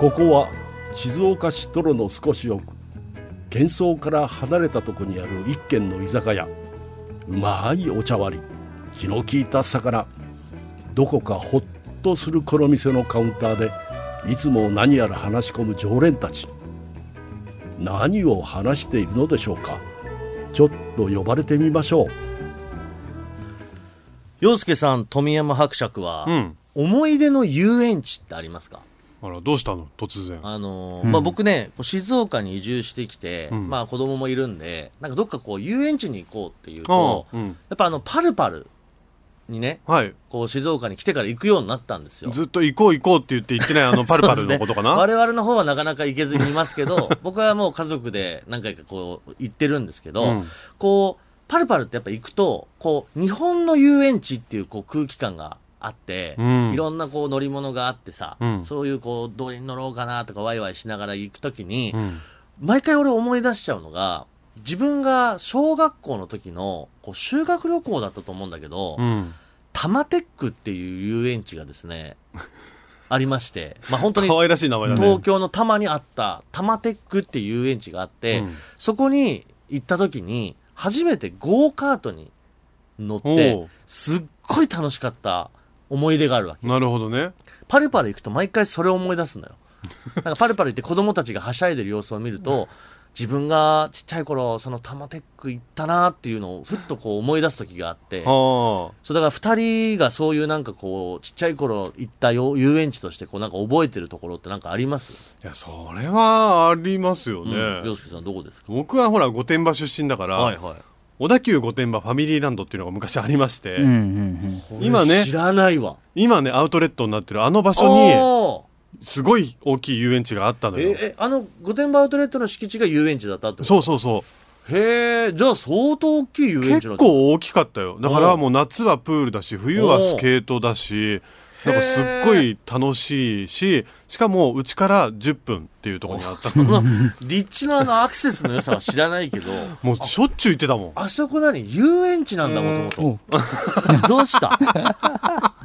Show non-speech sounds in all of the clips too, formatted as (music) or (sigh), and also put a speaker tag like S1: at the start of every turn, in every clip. S1: ここは静岡市泥の少し奥喧騒から離れたとこにある一軒の居酒屋うまいお茶割り気の利いた魚どこかほっとするこの店のカウンターでいつも何やら話し込む常連たち何を話しているのでしょうかちょっと呼ばれてみましょう
S2: 洋介さん富山伯爵は、
S3: うん
S2: 思い出の遊園地ってありますか
S3: あらどうしたの突然
S2: あのーまあ、僕ねこう静岡に移住してきて、
S3: ん
S2: まあ、子供もいるんでなんかどっかこう遊園地に行こうっていうと、
S3: ああうん
S2: やっぱあのパルパルにね
S3: はい
S2: こう静岡に来てから行くようになったんですよ。
S3: ずっと行こう行こうって言って行ってないあのパルパルのこと
S2: そ
S3: か
S2: う
S3: な、
S2: ですね我々の方はなかなか行けずにいますけ
S3: (laughs)
S2: ど僕はもう家族で何回かこう行ってるんですけど、
S3: うん
S2: こうパルパルってやっぱ行くとこう日本の遊園地っていうこう空気感があって、
S3: うん
S2: いろんなこう乗り物があってさ、
S3: うん
S2: そういうこうどれに乗ろうかなとかワイワイしながら行く時に、
S3: うん、
S2: 毎回俺思い出しちゃうのが自分が小学校の時のこう修学旅行だったと思うんだけど、
S3: うん、
S2: タマテックっていう遊園地がですね
S3: (laughs)
S2: ありまして、まあ、本当に
S3: 可愛らしい名前だね
S2: 東京の多摩にあったタマテックっていう遊園地があって、
S3: うん
S2: そこに行った時に初めてゴーカートに乗っ
S3: お
S2: て
S3: う
S2: すっごい楽しかった思い出があるわけ
S3: なるほどね
S2: パルパル行くと毎回それを思い出すのよなんかパルパル行って子供たちがはしゃいでる様子を見ると自分がちっちゃい頃そのタマテック行ったなっていうのをふっとこう思い出す時があって
S3: あ
S2: そうだから2人がそういうなんかこうちっちゃい頃行ったよ遊園地としてこうなんか覚えてるところってなんかあります
S3: あいやそれはありますよね、
S2: うん洋介さんどこですか
S3: 僕はほら御殿場出身だから、
S2: はい
S3: 小田急御殿場ファミリーランドっていうのが昔ありまして、
S4: うんうん
S3: 今ね
S2: 知らないわ
S3: 今ねアウトレットになってるあの場所に
S2: おー
S3: すごい大きい遊園地があったの
S2: え
S3: よ
S2: えあの御殿場アウトレットの敷地が遊園地だったってこと
S3: そうそうそう
S2: へえじゃあ相当大きい遊園地
S3: 結
S2: だ
S3: 構大きかったよだか
S2: う
S3: ら
S2: ん
S3: もう夏はプールだし冬はスケートだしなんかすっごい楽しいししかもうちから10分っていうところにあった
S2: その立地のあのアクセスの良さは知らないけど (laughs)
S3: もうしょっちゅう行ってたもん
S2: あそこ何遊園地なんだもともと (laughs) どうした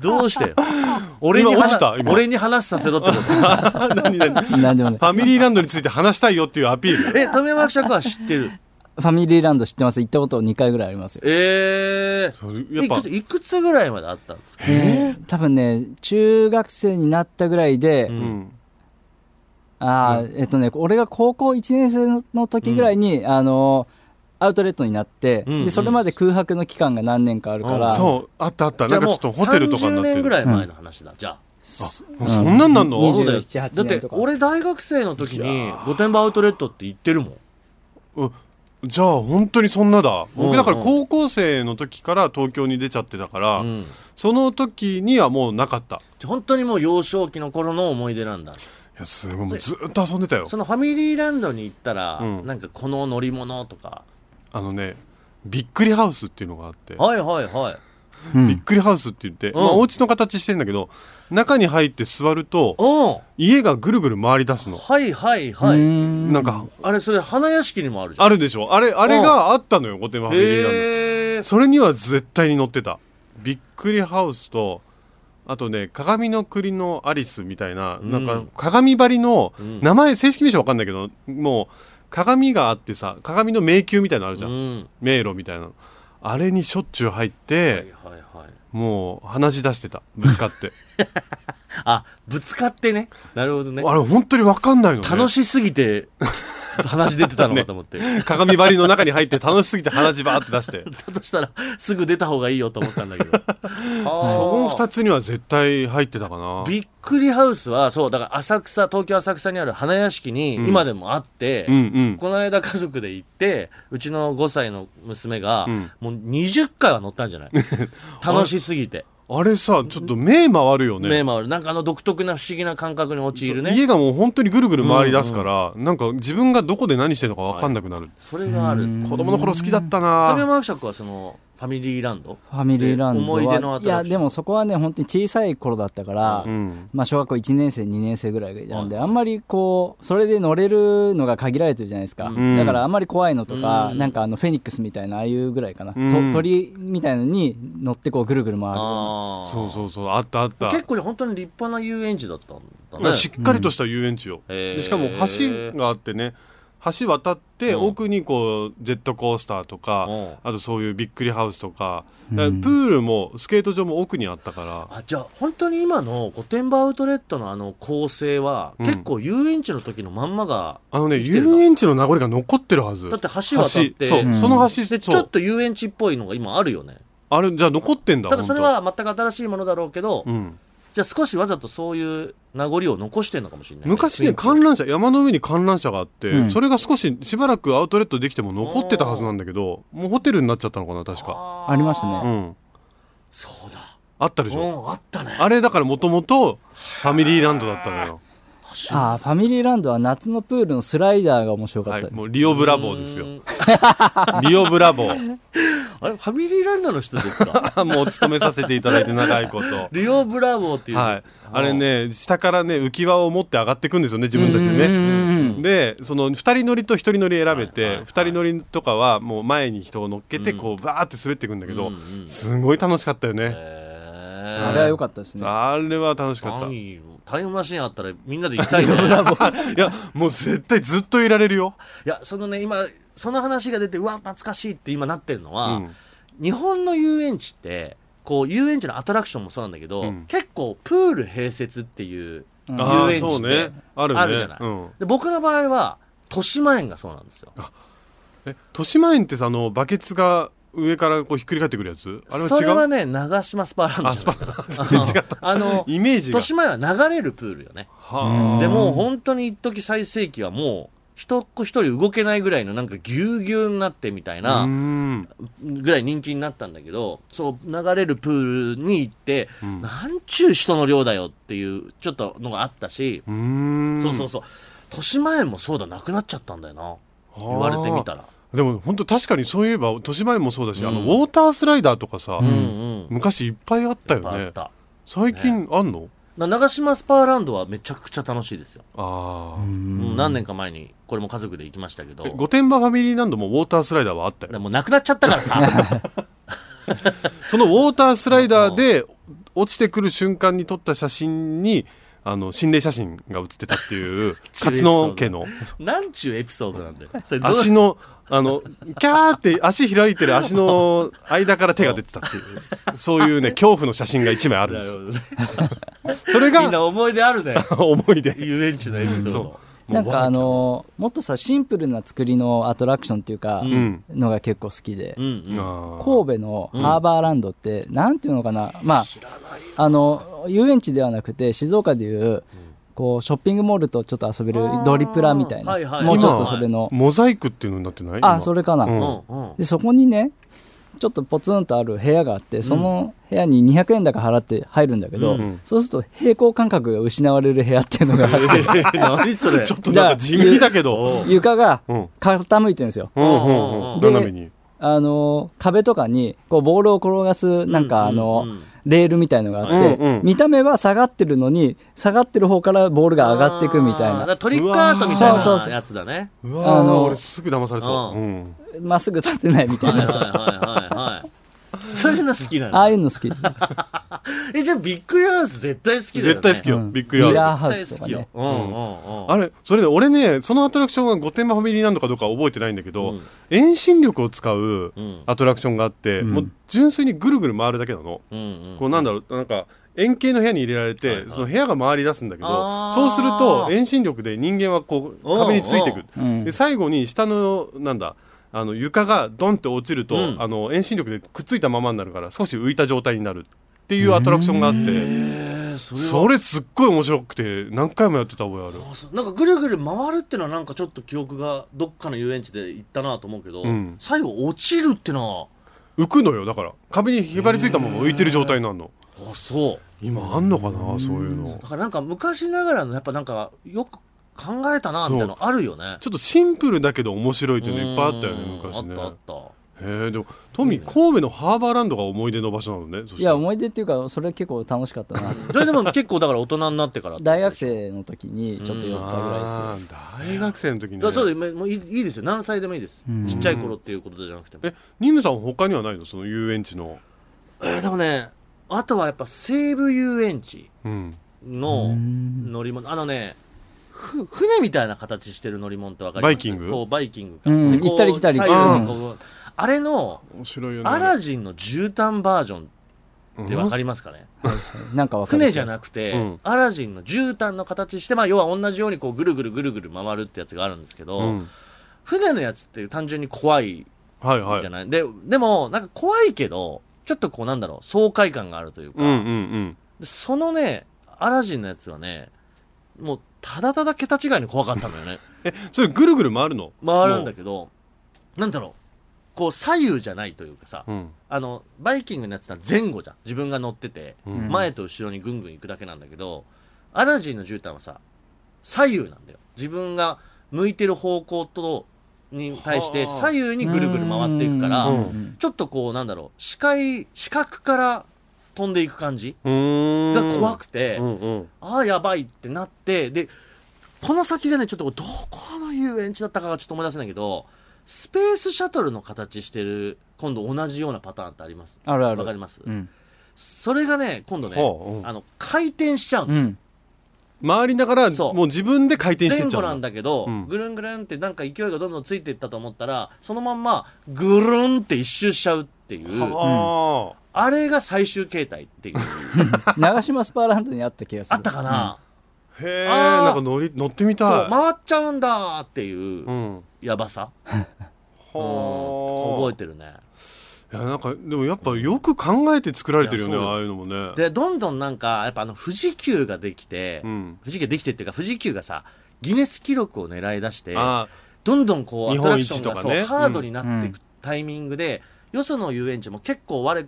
S2: どうしてよ俺に
S3: 今落
S2: 話
S3: ちた今
S2: 俺に話させろってこと
S3: (laughs) 何何フ
S4: うん。なんでもない。
S3: ァミリーランドについて話したいよっていうアピール
S2: え富山伯爵は知ってる
S4: ファミリーランド知ってます行ったこと2回ぐらいありますよ。
S2: ええ
S3: うや
S2: い
S3: っぱ
S2: くついくつぐらいまであったんですか
S4: えー多分ね、中学生になったぐらいで、
S3: うん
S4: あーえっとね、俺が高校1年生の時ぐらいに、あのアウトレットになって、
S2: うんうん
S4: で、それまで空白の期間が何年かあるから、
S2: あ
S3: そうあったあった
S2: じゃ
S3: な
S2: あ
S3: んかち
S2: も
S3: ょ
S2: う
S3: っとホテルとかにな
S2: 30
S3: って
S2: 年ぐ
S3: る
S2: らい前の話だじゃあ
S3: あそんなんなんの
S4: うん
S2: そうだよ
S4: 27 8
S2: だって
S4: 年とか
S2: 俺大学生の時に御殿場アウトレットって行ってるもん
S3: うんじゃあ本当にそんなだ
S2: うん
S3: 僕だから高校生の時から東京に出ちゃってたから、
S2: うん
S3: その時にはもうなかったい
S2: 本当にもう幼少期の頃の思い出なんだ
S3: やすごいもうずっと遊んでたよ
S2: そのファミリーランドに行ったら、
S3: うん
S2: なんかこの乗り物とか
S3: あのねびっくりハウスっていうのがあって
S2: はいはいはい
S4: うん
S3: びっくりハウスって言って、まあ、お家の形してんだけど中に入って座ると
S2: うん
S3: 家がぐるぐる回り出すの
S2: はいはいうはい、
S4: ーん
S3: なんか
S2: あれそれ花屋敷にもあるじゃん
S3: あるでしょあれあれがあったのよ御殿場ファミリーランド
S2: へえ
S3: それには絶対に乗ってたびっくりハウスとあとね鏡の国のアリスみたいな,、
S2: うん
S3: なんか鏡張りの
S2: うん
S3: 名前正式名称わかんないけどもう鏡があってさ鏡の迷宮みたいなのあるじ
S2: う
S3: ゃん、
S2: ん
S3: 迷路みたいなのあれにしょっちゅう入って、
S2: はいはいはい
S3: もう鼻血出してたぶつかって
S2: あぶつかってねなるほど (laughs) ね
S3: あれ本当に分かんないのね
S2: 楽しすぎて話出てたのかと思って、
S3: 鏡張りの中に入って楽しすぎて鼻血バーって出し
S2: (laughs)
S3: て
S2: だとしたらすぐ出た方がいいよと思ったんだけど
S3: そこの2
S2: つ
S3: つには絶対入ってたかな
S2: びっくりハウスはそうだから浅草東京浅草にある花屋敷に
S3: うん
S2: 今でもあって、
S3: うんうん
S2: この間家族で行ってうちの5歳の娘が、
S3: ん
S2: もう20回は乗ったん
S3: (laughs)
S2: じゃない楽しすぎて
S3: あれさちょっと目回るよね
S2: 目回るなんかあの独特な不思議な感覚に陥る
S3: そう
S2: ね
S3: 家がもう本当にぐるぐる回り出すから、なんか自分がどこで何してるのか分かんなくなる、
S2: それがある
S3: 子供の頃好きだったな
S2: 影山伯爵はそのファミリーランド
S4: ファミリーランドは
S2: 思い出のアト
S4: い
S2: ラ
S4: や
S2: クション
S4: でもそこはね本当に小さい頃だったから、
S3: うん
S4: まあ、小学校1年生2年生ぐらいなんで、
S2: は
S4: あんまりこうそれで乗れるのが限られてるじゃないですか、
S2: うん
S4: だからあんまり怖いのとか、
S2: うん
S4: なんかあのフェニックスみたいなああいうぐらいかな、
S3: うん
S4: と鳥みたいのに乗ってこうぐるぐる回るような
S2: ああ
S3: そうそうそうあったあった
S2: 結構本当に立派な遊園地だったんった
S3: ま
S2: ね
S3: あしっかりとした遊園地よ、
S2: へー
S3: でしかも橋があってね橋渡って
S2: うん
S3: 奥にこうジェットコースターとか、
S2: うん
S3: あとそういうびっくりハウスとか、
S4: うん
S3: だからプールもスケート場も奥にあったから
S2: あじゃあ本当に今の御殿場アウトレットのあの構成は、
S3: うん
S2: 結構遊園地の時のまんまが
S3: あのね
S2: 生きてるな
S3: 遊園地の名残が残ってるはず
S2: だって橋渡って
S3: 橋そう、
S4: うん
S3: その橋
S2: でち
S3: そ
S2: ょっ
S3: う
S2: と遊園地っぽいのが今あるよね
S3: あれじゃあ残ってんだ
S2: ただそれ
S3: 本
S2: は全く新しいものだろうけど、
S3: 当うん、
S2: じゃあ少しわざとそういう名残を残してるのかもしれない、
S3: 昔ね
S2: 雰
S3: 観覧車山の上に観覧車があって、
S4: うん
S3: それが少ししばらくアウトレットできても残ってたはずなんだけどもうホテルになっちゃったのかな
S2: 囲
S3: 確
S2: 気
S3: か
S2: あ
S4: ありました
S3: う
S4: ね
S3: ん
S2: ーそうだ
S3: あったでし
S2: う
S3: ょ
S2: んあったね
S3: あれだからもともとファミリーランドだったのよ。
S2: 橋
S4: ああファミリーランドは夏のプールのスライダーが面白か
S3: は
S4: っ
S3: い
S4: た、、
S3: もうリオブラボーです
S2: う
S3: よ。
S2: ん
S3: リオブラボ
S2: (laughs)
S3: ー。
S2: あれファミリーランドの人です (laughs) か
S3: もうお勤めさせていただいて長いこと。
S2: リオブラボーっていう、
S3: はい。あれね、下からね、浮き輪を持って上がっていくんですよね、自分たちで
S4: うん
S3: ね。
S4: うんうん
S3: で、その二人乗りと一人乗り選べ
S2: はいはい
S3: て、
S2: はい
S3: 二人乗りとかはもう前に人を乗っけて、こう、バーって滑っていくんだけど
S2: うんうん、
S3: すごい楽しかったよ
S2: へ
S3: ね。
S2: ー
S4: あれは良かったですね
S3: あれは楽しかった。
S2: ないいよタイムマシンあったらみんなで行きた (laughs) いよ、ね、
S3: や、もう絶対ずっといられるよ。
S2: いやそのね今その話が出てうわ懐かしいって今なってるの
S3: う
S2: は、
S3: ん。
S2: 日本の遊園地ってこう遊園地のアトラクションもそうなんだけど、
S3: うん
S2: 結構プール併設っていう
S4: うん
S3: ああ、
S2: 遊園
S3: そ
S2: 地で
S3: うね。あるね。
S2: あるじゃない
S3: うん。
S2: で僕の場合は豊島園がそうなんですよ
S3: え豊島園ってさあのバケツが上からこうひっくり返ってくるやつあれは違う
S2: それはね長島スパーランド
S3: あ
S2: じ
S3: ス
S2: ゃ
S3: パ
S2: ない
S3: ー全然違った
S2: あの
S3: イメージが
S2: 豊島園は流れるプールよね
S3: はあ
S2: でもう本当に一時最盛期はもう一っ子一人動けないぐらいのなんかぎゅうぎゅうになってみたいう
S3: ー
S2: なんぐらい人気になったんだけどそう流れるプールに行って、なんちゅう人の量だよっていうちょっとのがあったし、
S3: うーん
S2: そうそうそう豊島園もそうだなくなっちゃったんだよな言われてみたら
S3: でも本当確かにそういえば豊島園もそうだし、あの
S2: う
S3: ウ
S2: ん
S3: ォータースライダーとかさ、
S2: うんうん
S3: 昔いっぱいあったよ
S2: あ
S3: ね
S2: った
S3: 最近あんの、
S2: な長島スパーランドはめちゃくちゃ楽しいですよ、
S3: あ
S4: う
S3: あ
S4: ん
S2: うん何年か前にこれも家族で行きましたけど
S3: え御殿場ファミリーランドもウォータースライダーはあったよ
S2: でもなくなっちゃったからさ (laughs)
S3: そのウォータースライダーで落ちてくる瞬間に撮った写真にあの心霊写真が写ってたっていう勝野家の
S2: なんちゅうエピソードなんだよそれどう
S3: 足の、あの、キャーって足開いてる足の間から手が出てたっていう、そういうね、恐怖の写真が一枚あるん
S2: な
S3: で
S2: る
S3: すよ。
S2: ほどね
S3: それ
S2: (laughs) みん
S3: が
S2: な思い出あるね
S3: (laughs) 思い出。
S2: 遊園地のエピソード
S3: そ
S4: なんかあのもっとさシンプルな作りのアトラクションっていうか、
S3: うん。
S4: のが結構好きで、
S2: うんうん
S3: 神
S4: 神戸のハーバーランドって、なんていうのかなまあ
S2: 知らない
S4: あの遊園地ではなくて静岡でいう、こうショッピングモールとちょっと遊べるドリプラみたいな、
S2: あーはいはい
S4: もうちょっとそれの、
S3: モザイクっていうのになってない
S4: あそれかな、
S3: う
S2: うんんうん
S4: でそこにねちょっとポツンとある部屋があってその部屋に200円だか払って入るんだけど、
S2: うん
S4: そうすると平行感覚が失われる部屋っていうのが
S2: (laughs)
S4: あっ
S3: (laughs)
S4: て
S2: 何それ
S3: (laughs) ちょっとなんか地味だけど。
S4: 床が
S3: うん。
S4: 傾いてるんですよ
S3: うんうんうん。
S4: で
S3: 斜めに。
S4: あの壁とかにこうボールを転がすなんかあの、
S2: うんうんうん
S4: レールみたいのがあって、
S3: うんうん
S4: 見た目は下がってるのに下がってる方からボールが上がっていくみた
S2: あー
S4: い
S2: だか
S4: な
S2: らトリックアートみた
S4: うわーそうそ
S2: い
S4: うそ
S2: うなやつだね
S3: うわ
S4: あ
S3: あ
S4: の
S3: 俺すぐ騙されそう。うん。
S4: まっすぐ立てないみた
S2: はい
S4: い
S2: はい
S4: な
S2: は
S4: さ
S2: いはいはいそういうの好きな
S4: あ
S2: の
S4: あいうの好きですね
S2: えじゃあビッグハウス絶対好きだよね
S3: 絶対好き
S4: う
S3: よ。
S4: ん
S3: ビッグヤー
S4: ミラ
S3: ド
S4: ー。ハウスとかね
S2: 絶対好きようんうんうん
S3: あれそれで俺ねそのアトラクションが御殿場ファミリーランドかどうかは覚えてないんだけど、
S2: うん
S3: 遠心力を使う
S2: うん
S3: アトラクションがあって、
S4: うん
S3: もう純粋にぐるぐる回るだけなの、
S2: うんうん
S3: こうなんだろうなんか円形の部屋に入れられて、
S2: はいはい
S3: その部屋が回り出すんだけ
S2: あ
S3: ど
S2: ー
S3: そうすると遠心力で人間はこう壁についてくる
S2: おう
S4: うん
S3: で最後に下のなんだあの床がドンって落ちると、
S2: うん
S3: あの遠心力でくっついたままになるから少し浮いた状態になるっていうアトラクションがあって、
S2: えそれは
S3: それすっごい面白くて何回もやってた覚えある。
S2: あそうなんかぐるぐる回るってのはなんかちょっと記憶がどっかの遊園地で行ったなと思うけど、
S3: うん
S2: 最後落ちるっての
S3: 浮くのよだから壁にへばりついたまま浮いてる状態になるの
S2: はあそう
S3: 今あんのかなそういうの
S2: だからなんか昔ながらのやっぱなんかよく考えたなみたいなのあるよね
S3: ちょっとシンプルだけど面白いっていうのいっぱいあったよね
S2: うん
S3: 昔ね
S2: あったあっ
S3: へえでもトミー神戸のハーバーランドが思い出の場所なのねそし
S4: い
S3: たら
S4: や思い出っていうかそれ結構楽しかったな
S2: たそれでも結構だから大人になってから
S4: 大学生の時にちょっと寄ったぐらいですけど
S3: あー大学生の時に、
S2: だからそう
S3: ね、
S2: ですもういいいいですよ何歳でもいいです、
S4: うん
S2: ちっちゃい頃っていうことじゃなくても
S3: えニムさん他にはないのその遊園地の
S2: えーでもねあとはやっぱ西武遊園地
S3: うん
S2: の
S4: うん
S2: 乗り物あのねふ船みたいな形してる乗り物ってわかります
S3: バイキング
S2: こうバイキングか、
S4: うん
S2: でこ
S4: 行ったり来たり
S2: 左右に
S3: う
S2: こ
S3: ん
S2: うあれの
S3: 面白いよね
S2: アラジンの絨毯バージョン
S3: っ
S2: ってわかりますかね、
S4: なんかわかる
S2: 船じゃなくて、
S3: うん
S2: アラジンの絨毯の形して、まあ、要は同じようにこうぐるぐるぐるぐる回るってやつがあるんですけど、
S3: うん、
S2: 船のやつって単純に怖い
S3: はいはい
S2: じゃない、ででもなんか怖いけどちょっとこうなんだろう爽快感があるというか、
S3: うんうんうん
S2: でそのねアラジンのやつはねもうただただ桁違いに怖かったのよね
S3: えそれぐるぐる (laughs) 回るの
S2: 回るんだけどなんだろうこう左右じゃないというかさ、
S3: うん
S2: あのバイキングのやつは前後じゃん自分が乗ってて、
S3: うん
S2: 前と後ろにぐんぐん行くだけなんだけどアラジンの絨毯はさ左右なんだよ自分が向いてる方向とに対して
S3: はあ
S2: 左右にぐるぐる回っていくから、
S3: うん
S2: ちょっとこうなんだろう視界視覚から飛んでいく感じ
S3: うーん
S2: が怖くて、
S3: うんうん
S2: ああやばいってなってでこの先がねちょっとどこの遊園地だったかがちょっと思い出せないけどスペースシャトルの形してる今度同じようなパターンってあります
S4: あるある
S2: わかります、
S4: うん
S2: それがね今度ね、
S3: ほううん
S2: あの回転しちゃうん
S4: う
S2: ですよ、
S4: ん
S3: 回りながら
S2: そう
S3: もう自分で回転して
S2: 前
S3: っちゃ
S2: 後
S3: う
S2: なんだけど、
S3: うん
S2: ぐるんぐるんってなんか勢いがどんどんついていったと思ったらそのまんまぐるんって一周しちゃうっていう
S3: は
S2: あれが最終形態っていう
S4: 長島スパーランドにあった気がする
S2: あったかな、
S3: あ、へえ
S2: あー
S3: なんか乗り乗ってみたい
S2: そう回っちゃうんだーっていう
S3: うんは
S2: やばさ、
S3: あ、
S2: うん覚えてるね
S3: いやなんかでもやっぱよく考えて作られてるよね
S2: いやそう
S3: ああいうのもね
S2: でどんどんなんかやっぱあの富士急ができて、
S3: うん
S2: 富士急できてっていうか富士急がさギネス記録を狙い出して
S3: あ
S2: どんどんこうア
S3: 日
S2: ト
S3: 本
S2: ラクショ
S3: 一
S2: ン
S3: と
S2: が
S3: かね
S2: そう
S3: うん
S2: ハードになっていくタイミングで、よその遊園地も結構我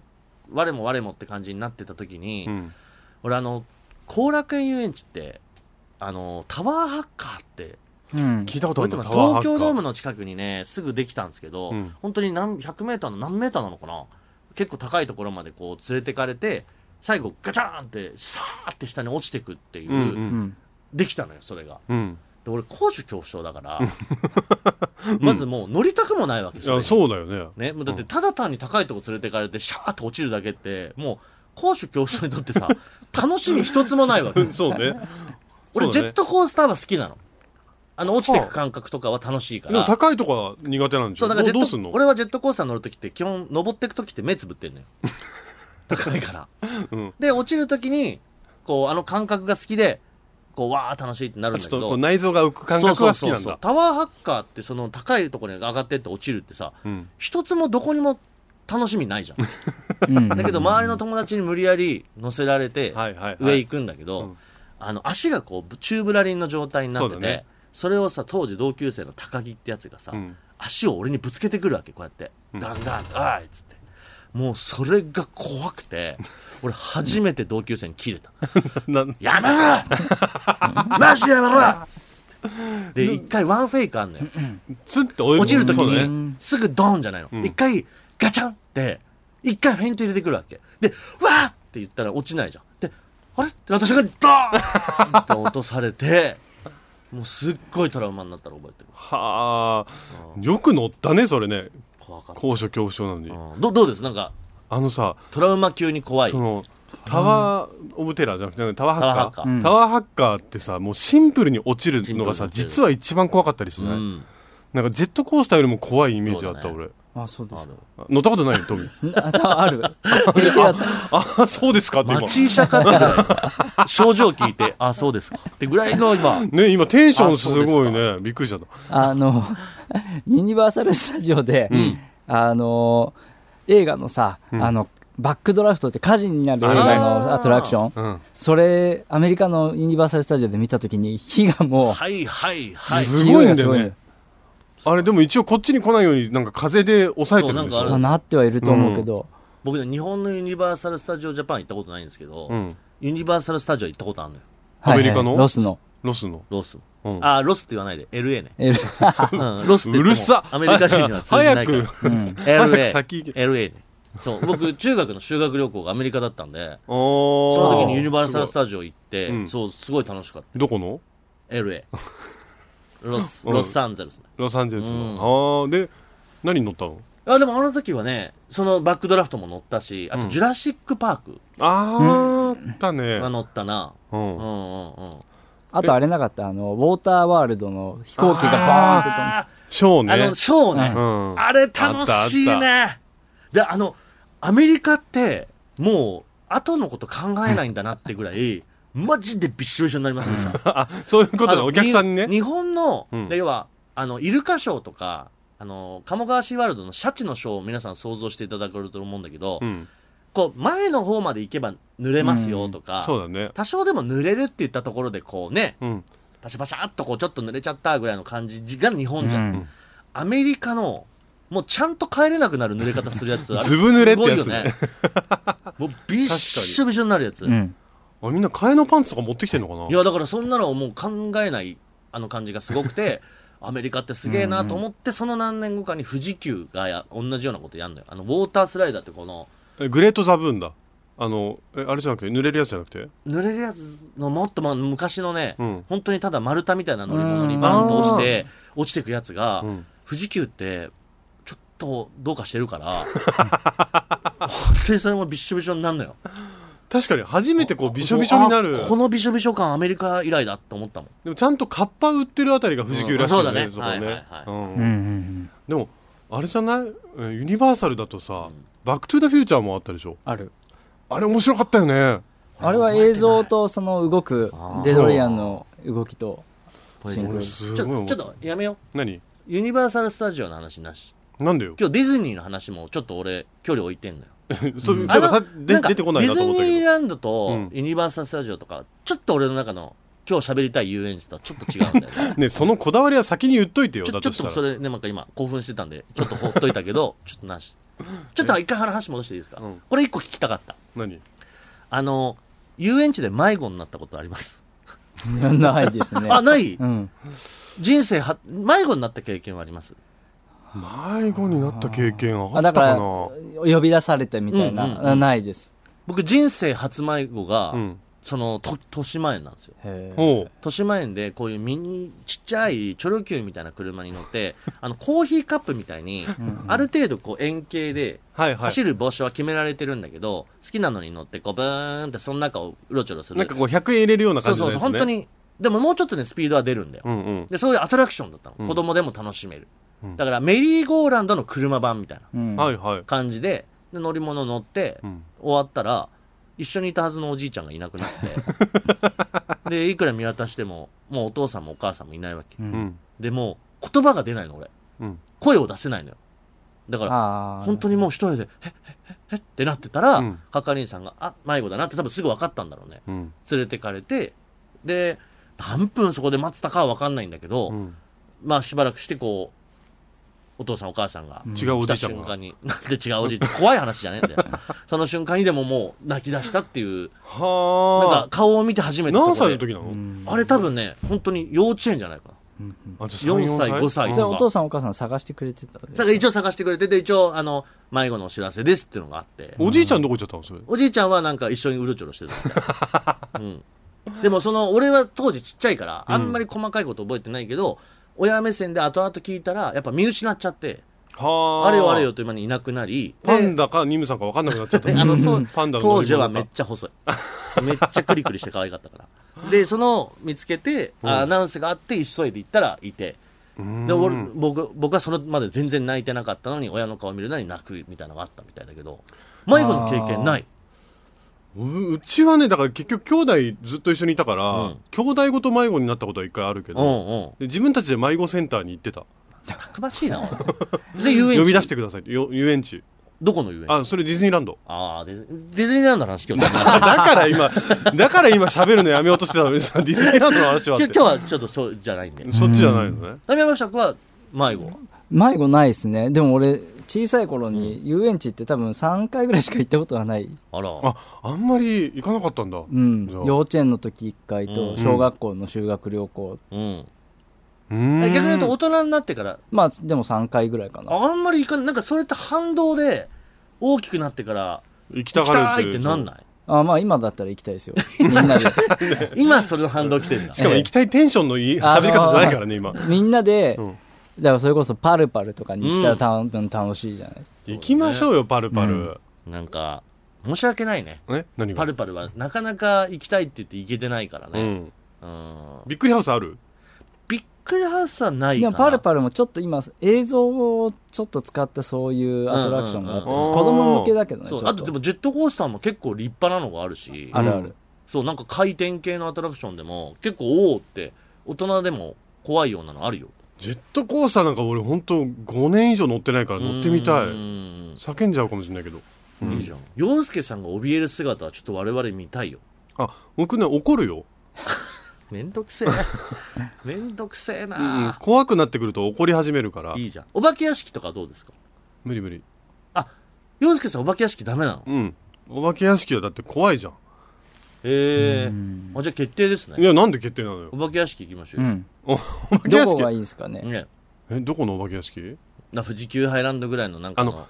S2: 我も我もって感じになってた時に、
S3: ーうん
S2: 俺あの後楽園遊園地ってあのタワーハッカーって
S4: うん
S3: 聞いたことあ
S2: 覚えてま
S3: る
S2: す
S3: タワハ
S2: 東
S3: ッ
S2: 京
S3: カ
S2: ドームの近くにねすぐできたんですけど、
S3: うん
S2: 本当に何 100m の何メーターなのかな結構高いところまでこう連れてかれて最後ガチャーンってさーって下に落ちてくっていう、
S3: うんう
S4: うん
S2: (laughs)
S4: ん
S2: できたのよそれが
S3: うん
S2: で俺高所恐怖症だ
S3: (laughs)
S2: から、まずもう乗りたくもないわけで
S3: い
S2: すよ
S3: やそうだよね
S2: ね、もうだってただ単に高いとこ連れてかれてシャーッと落ちるだけってもう高所恐怖症にとって
S3: (laughs)
S2: さ楽しみ一つもないわけ
S3: うん (laughs) そうね
S2: (laughs) 俺
S3: そう
S2: ジ
S3: だね
S2: ェットコースターは好きなのあの落ちてく感覚とかは楽しいか
S3: でも
S2: ら
S3: 高いとこは苦手なんでし
S2: そ
S3: ょ
S2: うだからジェ
S3: どうどうすん
S2: ッ
S3: の
S2: ト俺はジェットコースター乗るときって基本登ってくときって目つぶってんの
S3: (laughs)
S2: よ高いから、
S3: うん
S2: で落ちるときにこうあの感覚が好きでこうわー楽しいってなるんだ
S3: ちょ
S2: け
S3: っ
S2: ど
S3: とこう内臓が浮く感覚が好き
S2: そうそうんそ
S3: な
S2: うそう
S3: だ
S2: タワーハッカーってその高いところに上がってって落ちるってさ
S3: うん
S2: 一つもどこにも楽しみないじゃん
S4: うん
S2: だけど周りの友達に無理やり乗せられて
S3: はいはいはい
S2: 上行くんだけど、
S3: うん
S2: あの足がこうチューブラリンの状態になっててそ,、
S3: そうだね
S2: れをさ当時同級生の高木ってやつがさ、
S3: うん
S2: 足を俺にぶつけてくるわけこうやって、
S3: うん
S2: ガンガン「あい!」っつってもうそれが怖く
S3: (laughs)
S2: て俺初めて同級生に切れた (laughs)
S3: な
S2: 「やめろ (laughs) マジやめろ!」で一回ワンフェイクあんのよ
S3: ツンって落
S2: 落ちるとき
S3: そうだね
S2: に、すぐドンじゃないの。一回、ガチャンって、一回フェイント入れてくるわけ。で、わーって言ったら落ちないじゃん。で、あれって私がドーンって落とされて、もうすっごいトラウマになったら覚えてる。
S3: はあよく乗ったねそれね
S2: 怖かった。
S3: 高所恐怖症なのに
S2: うんどどうですなんか、
S3: あのさ
S2: トラウマ級に怖い
S3: そ。のタワー・オブ・テラーじゃなくてタワーハッカ
S2: タワーハッカ
S3: ー
S4: ー
S3: タワーハッカーってさもうシンプルに落ちるのが
S2: シ
S3: さ
S2: ンプルに落ちる
S3: 実は一番怖かったりし
S2: う
S3: ない、
S2: ん。
S3: なんかジェットコースターよりも怖いイメージあった、
S2: そうだ
S3: 俺
S4: あそうですか
S3: 乗ったことないよトミー
S4: あたある
S2: (laughs)
S4: 平気だった
S3: ああそうですかって今
S2: 町医者かってぐらい、症状聞いて、 (laughs) あ、そうですかってぐらいの今、
S3: ね今テンション
S2: あ
S3: す
S2: そうですか
S3: ごいねびっくりしちゃった
S4: あのユニバーサル・スタジオで、あの映画のさ、あのバックドラフトって火事になる映画の
S2: あー
S4: アトラクション
S3: うん
S4: それアメリカのユニバーサル・スタジオで見た時に火がもう、
S2: はいはいはい。
S3: すごいんだよね
S4: 勢が
S3: あれでも一応こっちに来ないようになんか風で抑えてるんでし
S2: そう
S3: ょ
S2: な
S4: まあ、
S2: ん
S4: なってはいると思うけど、
S2: 僕ね、日本のユニバーサル・スタジオ・ジャパン行ったことないんですけど、
S3: うん
S2: ユニバーサル・スタジオ行ったことあるのよ。
S4: はいはい
S3: アメリカの
S4: ロスの、
S3: ロスの、
S2: ロス。
S3: うん、
S2: あー、ロスって言わないで、LA ね。
S4: え (laughs)
S2: うんロスって言っても
S3: うるさ
S2: アメリカ人には通じないから。
S3: 早く
S4: う
S3: 早
S4: ん
S3: く
S2: LA。
S3: 先行け
S2: LA ね。そう、僕、中学の修学旅行がアメリカだったんで、
S3: (laughs) おー
S2: その時にユニバーサル・スタジオ行っ
S3: ごいう
S2: て、
S3: ん
S2: そう、すごい楽しかっ
S3: どこの
S2: た。LA。ロス、
S3: うん
S2: ロサンゼルスね。
S3: ロサンゼルスの、
S2: うん
S3: ああで何乗ったの
S2: あ、でもあの時はね、そのバックドラフトも乗ったし、あ
S3: う
S2: と
S3: ん
S2: ジュラシック・パーク。
S3: ああ、ったね
S2: は乗ったな。
S3: うん
S2: うんうんうん。
S4: あとあれなかったあのウォーターワールドの飛行機がバーンって飛んで
S2: あ
S3: ショー
S2: ーあ
S3: ね
S2: の、ショーね。
S3: うん
S2: あれ楽しい
S3: あった
S2: ね。で、あの、アメリカって、もう、後のこと考えないんだなってぐらい、マジでびっしょびしょになりますでした。
S3: あそういう (laughs) こと
S2: あ
S3: で
S2: の
S3: お客さんにね
S2: 日本の、
S3: うん
S2: で要は、あの、イルカショーとか、あの、鴨川シーワールドのシャチのショーを皆さん想像していただけると思うんだけど、
S3: うん
S2: こう、前の方まで行けば濡れますよとか、
S3: そうだね
S2: 多少でも濡れるって言ったところで、こうね、
S3: うん
S2: パシャパシャっとこう、ちょっと濡れちゃったぐらいの感じが日本じゃん。
S4: うん
S2: アメリカの、もうちゃんと帰れなくなる濡れ方するやつ、あれ
S3: ずぶ濡れってや
S2: す
S3: つね
S2: ごいよね。
S3: (laughs)
S2: もうびっしょびしょになるやつ。
S4: た、うん、
S3: あみんな替えのパンツとか持ってきてんのかない
S2: やだからそんなのをもう考えないあの感じがすごくて (laughs) アメリカってすげえなと思ってその何年後かに富士急がや同じようなことやんのよあのウォータースライダーってこの
S3: えグレートザブーンだあのえあれじゃなくて濡れるやつじゃなくて
S2: 濡れるやつのもっとま昔のね、
S3: うん
S2: 本当にただ丸太みたいな乗り物に
S4: うん
S2: バウンドをして落ちてくやつが、
S3: うん
S2: 富士急ってちょっとどうかしてる
S3: (laughs)
S2: から本当にそれもびっしょびしょになるのよ
S3: 確かに初めてこうびしょびしょになる
S2: あこのびしょびしょ感アメリカ以来だと思ったもん
S3: でもちゃんとカッパ売ってるあたりが富士急らしいよね,、
S2: うん
S3: そこね
S2: そうだねはいはいは
S3: うん
S4: うんうん
S3: でもあれじゃないえユニバーサルだとさ、バック・トゥ・ザ・フューチャーもあったでしょ
S4: ある
S3: あれ面白かったよね
S4: あれは映像とその動く
S2: あー
S4: デロリアンの動きとシンクロ
S3: 俺す
S2: ち
S3: ご
S2: ょ
S3: い
S2: ちょっとやめよう
S3: 何
S2: ユニバーサル・スタジオの話なし
S3: なんでよ
S2: 今日ディズニーの話もちょっと俺距離置いてんのよ
S3: (laughs) そうそういえ
S2: あ
S3: ば
S2: の
S3: さ
S2: な
S3: で
S2: んか
S3: 出てこないなと思った
S2: ディズ
S3: け
S2: ニー
S3: ど
S2: ランド
S3: う
S2: と
S3: ん
S2: ユニバーサル・スタジオとか、ちょっと俺の中の今日喋りたい遊園地とはちょっと違うん
S3: (laughs)
S2: だよね
S3: ねそのこだわりは先に言っといてよ
S2: ち
S3: だ
S2: ょちょ
S3: と
S2: っ
S3: した
S2: と
S3: ら
S2: それねなんか今興奮してたんでちょっとほっといたけ
S3: (laughs)
S2: どちょっとなしちょっと一回話戻していいですか、
S3: うん
S2: これ一個聞きたかった
S3: 何
S2: あの遊園地で迷子になったことあります
S4: ないです
S2: (laughs)
S4: ね
S2: あない
S4: うん、
S2: 人生は迷子になった経験はあります
S3: 迷子になった経験あ
S4: あ
S3: った
S4: だ
S3: か
S4: から
S3: な
S4: 呼び出されてみたいな、
S2: うんうんうん
S4: ないです
S2: 僕人生初迷子が、
S3: うん
S2: そのと豊島園なんですよ
S4: へー
S3: おう
S2: 豊島園でこういうミニちっちゃいチョロ Q みたいな車に乗って
S3: (laughs)
S2: あのコーヒーカップみたいにある程度こう円形で
S3: はいはい
S2: 走る帽子は決められてるんだけど好きなのに乗ってこうブーンってその中をうろちょろする
S3: なんかこう100円入れるような
S2: そ
S3: 感
S2: う
S3: じの
S2: そう
S3: やつ
S2: そ
S3: ね
S2: う本当にでももうちょっとねスピードは出るんだよ
S3: うんうん
S2: でそういうアトラクションだった
S3: う
S2: の
S3: ん
S2: 子供でも楽しめる
S3: うん
S2: だからメリーゴーランドの車版みたいな
S4: うん
S3: はいはい
S2: 感じでで乗り物乗って
S3: うん
S2: 終わったら一緒にいたはずのおじいちゃんがいなくなって
S3: (laughs)
S2: てでいくら見渡してももうお父さんもお母さんもいないわけ
S4: うん
S3: うん
S2: でもう言葉が出ないの俺
S3: うん
S2: 声を出せないのよだから
S4: あー
S2: 本当にもう一人で「ええええっ?」てなってたら、
S3: うん
S2: 係員さんが「あ迷子だな」って多分すぐ分かったんだろうね
S3: うん
S2: 連れてかれてで何分そこで待ってたかは分かんないんだけど、
S3: うん
S2: まあしばらくしてこうお父さんお母さんが
S3: 違う
S2: 来
S3: おじ
S2: た
S3: いちゃ
S2: 瞬
S3: んが
S2: 間になんで違うおじいちゃん怖い話じゃねえんだよ
S3: (laughs)
S2: その瞬間にでももう泣き出したっていうなん
S3: は
S2: か顔を見て初
S3: あ
S2: めてそ
S3: 何
S2: こ
S3: 歳
S2: で
S3: の時なの
S2: あれ多分ね本当に幼稚園じゃないかな
S3: あじゃあ
S2: 4歳5歳
S4: それお父さんお母さん探してくれてたんで
S2: それが一応探してくれてで一応あの迷子のお知らせですっていうのがあって
S3: おじいちゃんどこ行っちゃったのそれ
S2: おじいちゃんはなんか一緒にうろちょろしてた、うん、でもその俺は当時ちっちゃいからあんまり細かいこと覚えてないけど、親目線で後々聞いたらやっぱ見失っちゃって
S3: は
S2: あれよあれよという間にいなくなり
S3: パン
S2: ダ
S3: ダかニムさんか分かんなくなっちゃった
S2: であのそう
S3: パンダの乗
S2: 当
S3: り
S2: 時
S3: 物
S2: は
S3: か
S2: めっちゃ細いめっちゃクリクリして可愛かったからでその見つけてあアナウンスがあって急いで行ったらいて
S3: うん
S2: で俺僕僕はそれまで全然泣いてなかったのに親の顔見るなり泣くみたいなのがあったみたいだけど迷子の経験ないう
S3: うちはねだから結局兄弟ずっと一緒にいたから、
S2: うん
S3: 兄弟ごと迷子になったことは一回あるけ
S2: うんう
S3: ど、
S2: ん
S3: で自分たちで迷子センターに行ってた
S2: たくましいなおいで遊園地
S3: 呼び出してくださいってよ遊園地
S2: どこの遊園地あ
S3: あそれディズニーランド (laughs)
S2: あーディズディズニーランドの話今日
S3: だから今だから今喋るのやめようとしてたのにさディズニーランドの話はあ
S2: 今
S3: っ
S2: 日
S3: て
S2: 今日はちょっとそうじゃないんで
S3: そっちじゃないのね
S2: 波山伯爵は迷子
S4: 迷子ないですねでも俺小さい頃に遊園地って多分3回ぐらいしか行ったことがない、
S2: あらあ
S3: ああんまり行かなかったんだ
S4: うん、
S3: じゃあ
S4: 幼稚園の時1回
S2: うん
S4: と小学校の修学旅行、
S2: うん
S3: うん
S2: 逆に言うと大人になってから
S4: まあでも3回ぐらいかな
S2: あんまり行かないなんかそれって反動で大きくなってから
S3: 行きた
S2: 行き
S3: が
S2: た
S3: る
S2: いってなんない
S4: あまあ今だったら行きたい
S2: (laughs)
S4: ですよみんなで
S2: 今それの反動来てんだ
S3: しかも行きたいテンションのいい喋り方じゃないからね今
S4: みんなで、
S3: うん
S4: だからそれこそパルパルとかに行ったら多分楽しいじゃない、
S3: 行きましょうよパルパル、
S4: うん
S2: なんか申し訳ないね
S3: え何が
S2: パルパルはなかなか行きたいって言って行けてないから
S3: う
S2: ね、
S3: ん
S2: うん、
S3: びっくりハウスある
S2: びっくりハウスはない
S4: で
S2: か
S4: も
S2: な
S4: パルパルもちょっと今映像をちょっと使ったそういうアトラクションがあって、
S2: うん
S3: うんうん
S4: 子供向けだけどね
S2: そう
S4: ちょ
S2: あ
S4: っと
S2: とでもジェットコースターも結構立派なのがあるし
S4: あるある、
S2: そうなんか回転系のアトラクションでも結構おおって大人でも怖いようなのあるよ
S3: ジェットコースターなんか俺本当5年以上乗ってないから乗ってみた
S2: う
S3: い
S2: ん
S3: 叫んじゃうかもしれないけど
S2: いいじゃん洋介さんが怯える姿はちょっと我々見たいよ
S3: あ僕ね怒るよ、
S2: めんどくせえな (laughs) めんどくせえ
S3: うん
S2: な、
S3: 怖くなってくると怒り始めるから
S2: いいじゃんお化け屋敷とかどうですか
S3: 無理無理
S2: 洋介さんお化け屋敷ダメなの
S3: うんお化け屋敷はだって怖いじゃん
S2: へえあじゃあ決定です
S3: い
S2: ね
S3: やなんで決定なのよ
S2: お化け屋敷行きましょ
S4: う
S2: うよ、
S4: ん、
S3: お化け
S4: ど
S3: 屋
S4: こ
S3: 敷 (laughs)
S4: がいいですかね、
S2: ね
S3: えどこのお化け屋敷
S2: な富士急ハイランドぐらいのなんかの
S3: あの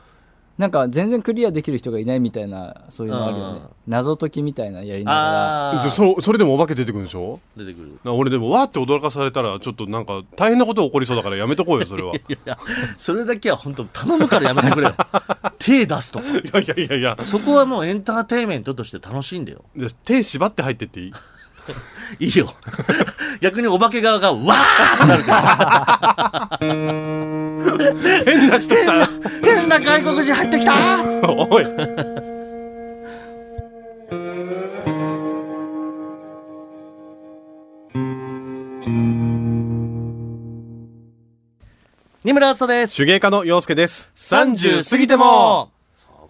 S4: なんか全然クリアできる人がいないみたいなそういうのあるよね
S2: うん
S4: 謎解きみたいなのやりなが
S2: ああ
S3: そそれでもお化け出てくるんでしょ
S2: 出てくる
S3: な俺でもわーって驚かされたらちょっとなんか大変なこと起こりそうだからやめとこうよそれはい
S2: (laughs) いやそれだけは本当頼むからやめてく
S3: (laughs)
S2: れよ (laughs) 手出すとか
S3: やいやいやいや
S2: そこはもうエンターテインメントとして楽しんでよ
S3: じゃあ手縛って入ってっていい (laughs)
S2: いいよ (laughs) 逆にお化け側がわーってなるけ (laughs)
S3: 変な人来た
S2: ど変な外国人入ってきた
S3: おい
S2: 二村敦です
S3: 手芸家の陽介です
S2: さあ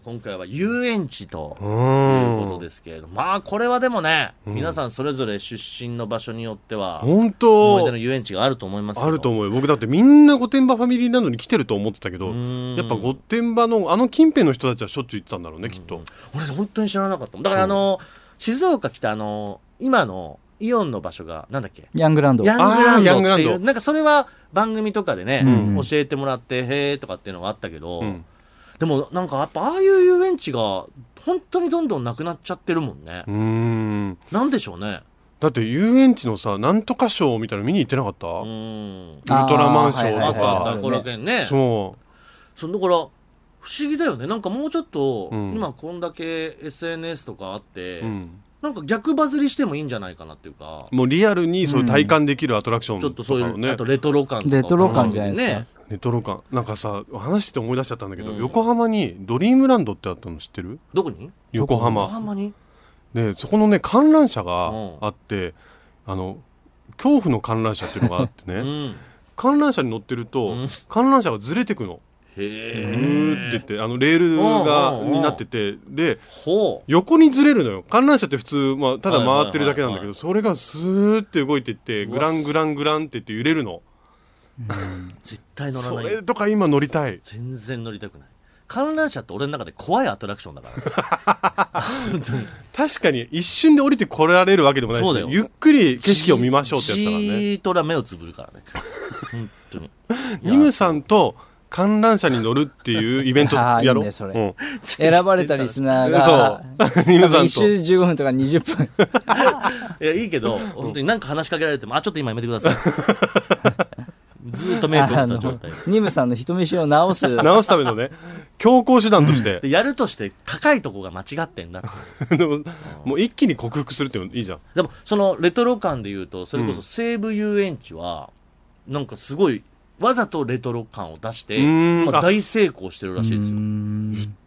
S2: 今回は遊園地と
S3: う
S2: とい
S3: ー
S2: うんことですけれどもまあこれはでもね、皆さんそれぞれ出身の場所によっては
S3: 本
S2: 思い出
S3: 当
S2: の遊園地があると思いますけど
S3: あると思うよ僕だってみんな御殿場ファミリーなのに来てると思ってたけど
S2: ん
S3: やっぱ御殿場のあの近辺の人たちはしょっちゅう行ってたんだろうねきっと
S2: 俺本当に知らなかったもんだからあの、静岡来たあの今のイオンの場所がなんだっけ
S4: らヤングランド
S2: ヤングランドって
S3: あーヤング
S2: い
S3: ラ
S2: う
S3: ンド
S2: なんかそれは番組とかでね、
S4: うん
S2: 教えてもらってへーとかっていうのがあったけど、
S3: うん
S2: でもなんかやっぱああいう遊園地が本当にどんどんなくなっちゃってるもんね、
S3: うーん
S2: なんでしょうね
S3: だって遊園地のさなんとかショーみたいなの見に行ってなかった
S2: う
S3: ウル
S2: ん
S4: あー
S3: トラマンショ
S4: は
S3: ー
S2: あ
S4: い
S3: と
S2: っ
S4: はいはい
S2: た
S4: は
S2: ん
S4: い
S2: だ後
S3: か
S2: 楽園ね
S3: そう
S2: そのだから不思議だよねなんかもうちょっと、
S3: うん
S2: 今こんだけ SNS とかあって、
S3: うん
S2: なんか逆バズりしてもいいんじゃないかなっていうか、
S3: もうリアルにそういう体感できるアトラクション
S2: ちょっとそうい
S3: か
S2: う、
S3: をね
S2: あとレトロ感とか
S4: レトロ感じゃないですか
S2: ね
S3: レトロ感なんかさ話して思い出しちゃったんだけど、
S2: うん
S3: 横浜にドリームランドってあったの知ってる
S2: どこに
S3: 横
S2: 横
S3: 浜
S2: 浜に
S3: でそこのね観覧車が
S2: うん
S3: あって、あの恐怖の観覧車っていうのがあって
S2: う
S3: ね
S2: ん
S3: 観覧車に乗ってる
S2: う
S3: と、
S2: ん
S3: 観覧車がずれてくの
S2: へ
S3: う
S2: え
S3: ーって言ってあのレール
S2: うん
S3: が
S2: うんうん
S3: になっててで
S2: ほう
S3: 横にずれるのよ観覧車って普通、まあ、ただ回ってるだけな
S2: はいはい
S3: んだ
S2: はい
S3: け
S2: は
S3: どそれがスーって動いてって
S2: うわ
S3: グラングラングランって言って揺れるの
S2: 絶対乗
S3: そ
S2: らない
S3: れとか今乗りたい
S2: 全然乗りたくない観覧車って俺の中で怖いアトラクションだから本当に
S3: 確かに一瞬で降りてこられるわけでもない
S2: そう
S3: し
S2: だよ
S3: ゆっくり (laughs) 景色を見ましょうってやつだから
S2: じ
S3: ね
S2: ーっとら目をつぶるからね本当に
S3: ニムさんと観覧車に乗るっていうイ
S2: (laughs)
S3: ベント
S4: あー
S3: やろ
S4: いいねそれ
S3: うん
S4: 選ばれたリスナーが
S3: そうニムさん
S4: 一周
S3: と
S4: 15分とか20分
S2: いやいいけど本当になんか話しかけられてもあちょっと今やめてく
S3: (laughs)
S2: ださいずーっと目閉
S4: あ
S2: じた
S4: の
S2: 状態
S4: ニムさんの人見知りを直す
S3: 直すためのね強行手段として (laughs)
S2: でやるとして高いとこが間違ってんだって
S3: でももう一気に克服するっていうのいいじゃん
S2: でもそのレトロ感でいうとそれこそ西武遊園地はなんかすごいわざとレトロ感を出して、
S3: うーん
S2: まあ、
S3: あ
S2: 大成功してるらしいですよ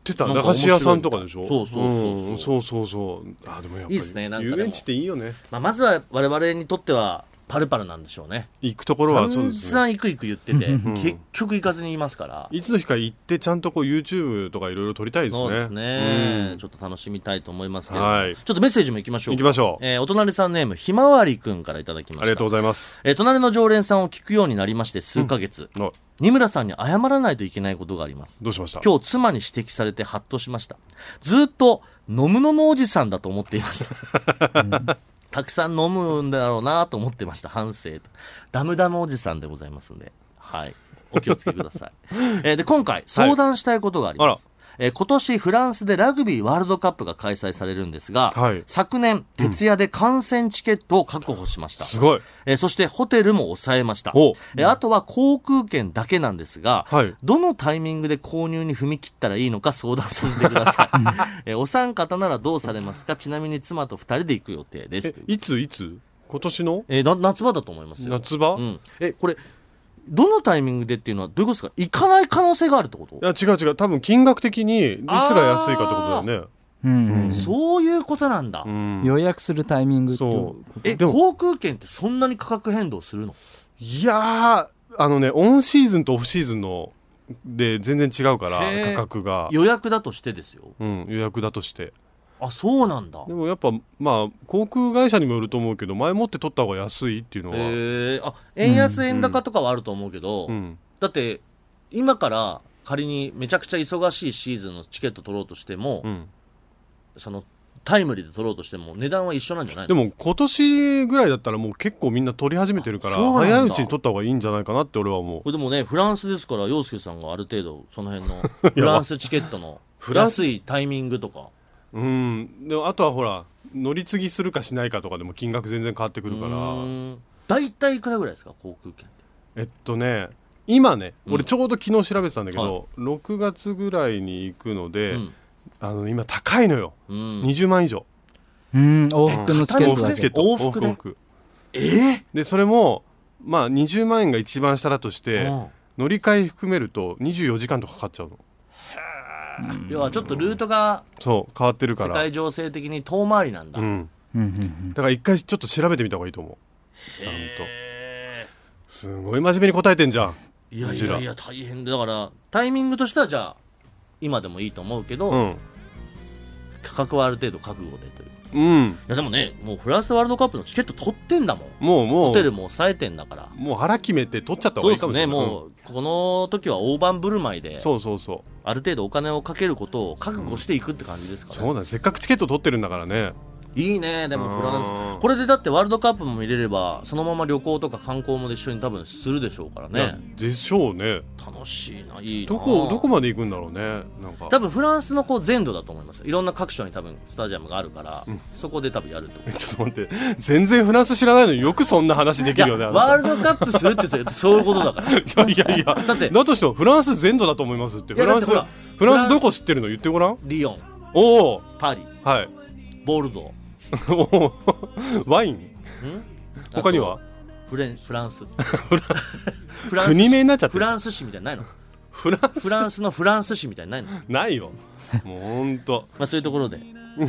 S3: 出た
S2: なん
S3: 駄
S2: か
S3: 菓子屋さんとかでしょ
S2: 面白いそうそうそうそうん
S3: そうそうそうあでもやっぱり
S2: いいっすねなんかでも
S3: 遊園地っていいよね
S2: まあ、まずは我々にとってはパルパルなんでしょうね
S3: 行くところはそうです
S2: 散々
S3: ね
S2: 行く行く言ってて、
S3: ん
S2: 結局行かずにいますから
S3: いつの日か行ってちゃんとこう YouTube とかいろいろ撮りたいですね
S2: そうですね、
S3: うん
S2: ちょっと楽しみたいと思いますけれども、
S3: はい
S2: ちょっとメッセージも行きましょう
S3: 行きましょう
S2: えーお隣さんネームひまわりくんからいただきました
S3: ありがとうございます
S2: えー隣の常連さんを聞くようになりまして数ヶ月、
S3: あ
S2: 二村さんに謝らないといけないことがあります
S3: どうしました
S2: 今日妻に指摘されてハッとしましたずっと飲む飲むおじさんだと思っていました、たくさん飲むんだろうなと思ってました反省とダムダムおじさんでござ
S3: (laughs)
S2: いますんではいお気をつけください、えーで今回相談したいことがあります、えー今年フランスでラグビーワールドカップが開催されるんですが、
S3: はい
S2: 昨年、徹夜で観戦チケットを確保しました。
S3: すごい。
S2: えーそしてホテルも抑えました
S3: おう。
S2: えーあとは航空券だけなんですが、
S3: はい
S2: どのタイミングで購入に踏み切ったらいいのか相談させてくだ (laughs) さい。えーお三方ならどうされますかちなみに妻と二人で行く予定です
S3: え。、いついつ今年の
S2: えーな夏場だと思いますよ。
S3: 夏場、
S2: う
S3: い
S2: ん。え、これ、どのタイミングでっていうのはどういうことですか行かない可能性があるってこと
S3: や、違う違う。多分金額的に、いつが安いかってことだよね。
S4: うん
S2: そういうことなんだ
S3: う。ん。
S4: 予約するタイミングと
S3: そう。
S2: え、
S3: でも
S2: 航空券ってそんなに価格変動するの
S3: いやー、あのね、オンシーズンとオフシーズンの、で、全然違うから
S2: へー、
S3: 価格が。
S2: 予約だとしてですよ。
S3: うん、予約だとして。
S2: あ、そうなんだ
S3: で。もやっぱ、まあ、航空会社にもよると思うけど、前もって取った方が安いっていうのは、
S2: えー、あ、円安円高とかはあると思うけど、
S3: うん。
S2: だって、今から仮にめちゃくちゃ忙しいシーズンのチケット取ろうとしても、
S3: うん。
S2: その、タイムリーで取ろうとしても値段は一緒なんじゃない
S3: で
S2: の
S3: も今年ぐらいだったらもう結構みんな取り始めてるから
S2: あそうなんだ
S3: 早いうちに取った方がいいんじゃないかなって俺は思う
S2: これでもね、フランスですから、洋介さんがある程度、その
S3: (laughs)
S2: 辺のフランスチケットの
S3: フランス
S2: 安いタイミングとか。
S3: うんでもあとはほら乗り継ぎするかしないかとかでも金額全然変わってくるか
S2: う
S3: ら
S2: ーん大体いくらぐらいですか、航空券って。
S3: えっとね今ね
S2: うん
S3: 俺ちょうど昨日調べてたんだけど、6月ぐらいに行くので、
S2: うん
S3: あの今高いのよ、
S2: うん
S3: 20万以上
S4: うん往復のチケッ
S3: 往
S4: ト
S3: 復
S4: だ
S3: チケッ
S4: け
S3: ト
S2: 往復で
S3: 往復
S2: えー
S3: でそれもまあ20万円が一番下だとして、乗り換え含めると24時間とかかかっちゃうの
S2: うん要はちょっとルートが
S3: そう変わってるか
S2: 世
S3: ら
S2: 界情勢的に遠回りなんだ。
S3: うん
S4: うんうんうん
S3: だから一回ちょっと調べてみた方がいいと思うちゃんと
S2: へ
S3: すごい真面目に答えてんじゃん
S2: ーいやいやいや、大変だから、タイミングとしてはじゃあ、今でもいいと思うけど、
S3: うん
S2: 価格はある程度覚悟でという。い
S3: うん
S2: やでもね、もうフランスワールドカップのチケット取ってんだもん。
S3: もうも
S2: ホテル
S3: う
S2: も抑えてんだから。
S3: もう腹決めて取っちゃった方
S2: そう
S3: が
S2: で
S3: いいか
S2: す
S3: もしれ
S2: ね、
S3: ない
S2: もう、この時は大盤振る舞いで
S3: ん、そうそうそう
S2: ある程度お金をかけることを覚悟していくって感じですか
S3: そ
S2: ね。
S3: うだねせっかくチケット取ってるんだからね
S2: いいね、でもフラン
S3: うん
S2: ス。これでだってワールドカップも見れれば、そのまま旅行とか観光も一緒に多分するでしょうから
S3: いや
S2: ね。
S3: でしょうね
S2: 楽しいな、いいな。
S3: どこどこまで行くんだろうねなんか
S2: 多分フランスのこう全土だと思いますいろんな各所に多分スタジアムがあるから、そこで多分やると思う
S3: (laughs) ちょっと待って全然フランス知らないのによくそんな話で
S2: い
S3: き
S2: や
S3: るよねあなた
S2: ワールドカップするってそれそういうことだからい
S3: (laughs) いやいや
S2: だって
S3: だとしてもフランス全土だと思いますって
S2: い
S3: フ
S2: や
S3: ラ
S2: だっ
S3: ン
S2: て
S3: ス
S2: ほら
S3: フランスどこ知ってるの言ってごらん
S2: リヨン
S3: おお
S2: パリ
S3: はい
S2: ボルド
S3: おー (laughs) ワイン
S2: ー
S3: 他に
S2: あ
S3: は
S2: とフレンフランスフランス
S3: (laughs) 国名になっちゃって
S2: フ
S3: る
S2: ランス市みたいなのないの
S3: フラン
S2: フランスのフランス市みたいなのないの、
S3: ないよもうほんと
S2: まあ、そういうところで
S3: こ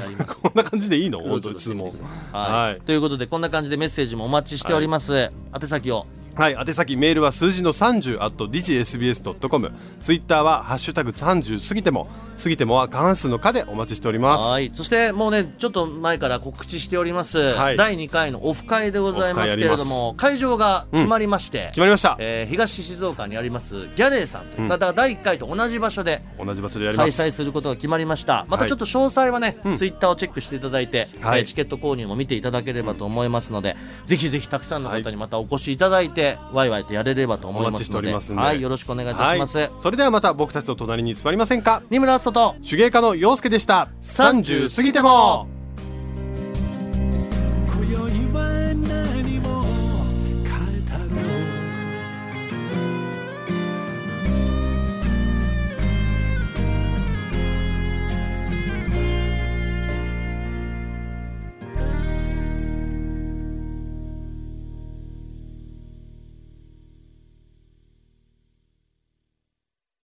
S3: んな感じでいいの本
S2: ち
S3: 当
S2: ょっと
S3: 質問
S2: はい、
S3: はい
S2: ということでこんな感じでメッセージもお待ちしております、宛先を
S3: はい宛先メールは数字の30 at digsbs.com ツイッターは「ハッシュタグ #30 過ぎても」過ぎてもは過半数の「か」でお待ちしております
S2: はいそしてもうねちょっと前から告知しております、
S3: はい
S2: 第2回のオフ会でございますけれども
S3: オ
S2: 会場が決まりまして、
S3: 決まりました
S2: えー東静岡にありますギャレーさんという、
S3: うん
S2: だから第1回と同じ場所で
S3: 同じ場所でやりま
S2: 開
S3: す
S2: 催することが決まりましたまたちょっと詳細はね、ツイッターをチェックしていただいて、
S3: はい
S2: えーチケット購入も見ていただければと思いますので、ぜひぜひたくさんの方にまたお越しいただいて、ワイワイとやれればと思い
S3: お
S2: ま
S3: 待
S2: す
S3: ちして
S2: の
S3: おり
S2: で
S3: ますんで
S2: はい、よろしくお願いいた
S3: は
S2: し
S3: い
S2: ます、
S3: それではまた僕たちと隣に座りませんか
S2: 二村篤人と
S3: 手芸家の洋介でした30過ぎても